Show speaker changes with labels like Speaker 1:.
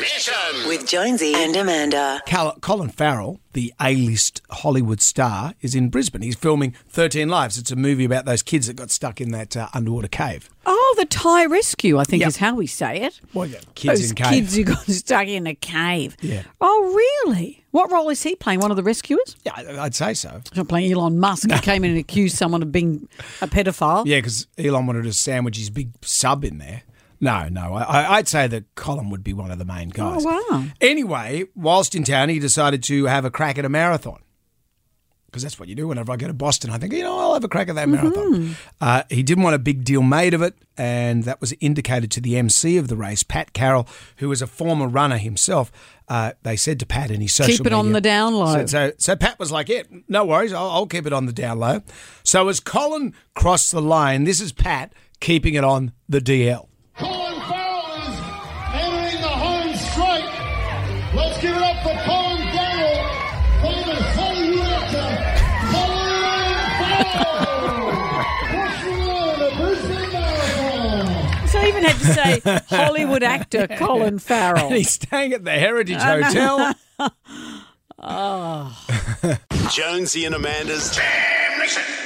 Speaker 1: Mission.
Speaker 2: With Jonesy and Amanda.
Speaker 3: Cal- Colin Farrell, the A-list Hollywood star, is in Brisbane. He's filming 13 Lives. It's a movie about those kids that got stuck in that uh, underwater cave.
Speaker 4: Oh, the Thai rescue, I think
Speaker 3: Yep.
Speaker 4: is how we say it.
Speaker 3: Well, yeah, kids
Speaker 4: Those
Speaker 3: in cave.
Speaker 4: kids who got stuck in a cave.
Speaker 3: Yeah.
Speaker 4: Oh, really? What role is he playing? One of the rescuers?
Speaker 3: Yeah, I- I'd say so.
Speaker 4: Not playing Elon Musk, who came in and accused someone of being a pedophile.
Speaker 3: Yeah, because Elon wanted to sandwich his big sub in there. No, no, I, I- I'd say that Colin would be one of the main guys.
Speaker 4: Oh, wow.
Speaker 3: Anyway, whilst in town, he decided to have a crack at a marathon. Because that's what you do whenever I go to Boston. I think, you know, I'll have a crack at that
Speaker 4: Mm-hmm.
Speaker 3: marathon. Uh, he didn't want a big deal made of it, and that was indicated to the MC of the race, Pat Carroll, who was a former runner himself. Uh, they said to Pat in his social
Speaker 4: Keep it on
Speaker 3: media-
Speaker 4: the down low.
Speaker 3: So- so, so Pat was like, "Yeah, no worries, I'll, I'll keep it on the down low." So as Colin crossed the line, this is Pat keeping it on the DL.
Speaker 5: Colin Farrell is entering the home straight. Let's give it up for Colin Farrell, famous Hollywood actor, Colin Farrell, pushing on the Brisbane Marathon.
Speaker 4: So I even had to say Hollywood actor Colin
Speaker 3: And
Speaker 4: Farrell.
Speaker 3: he's staying at the Heritage Hotel.
Speaker 1: Jonesy and Amanda's Jam Mission.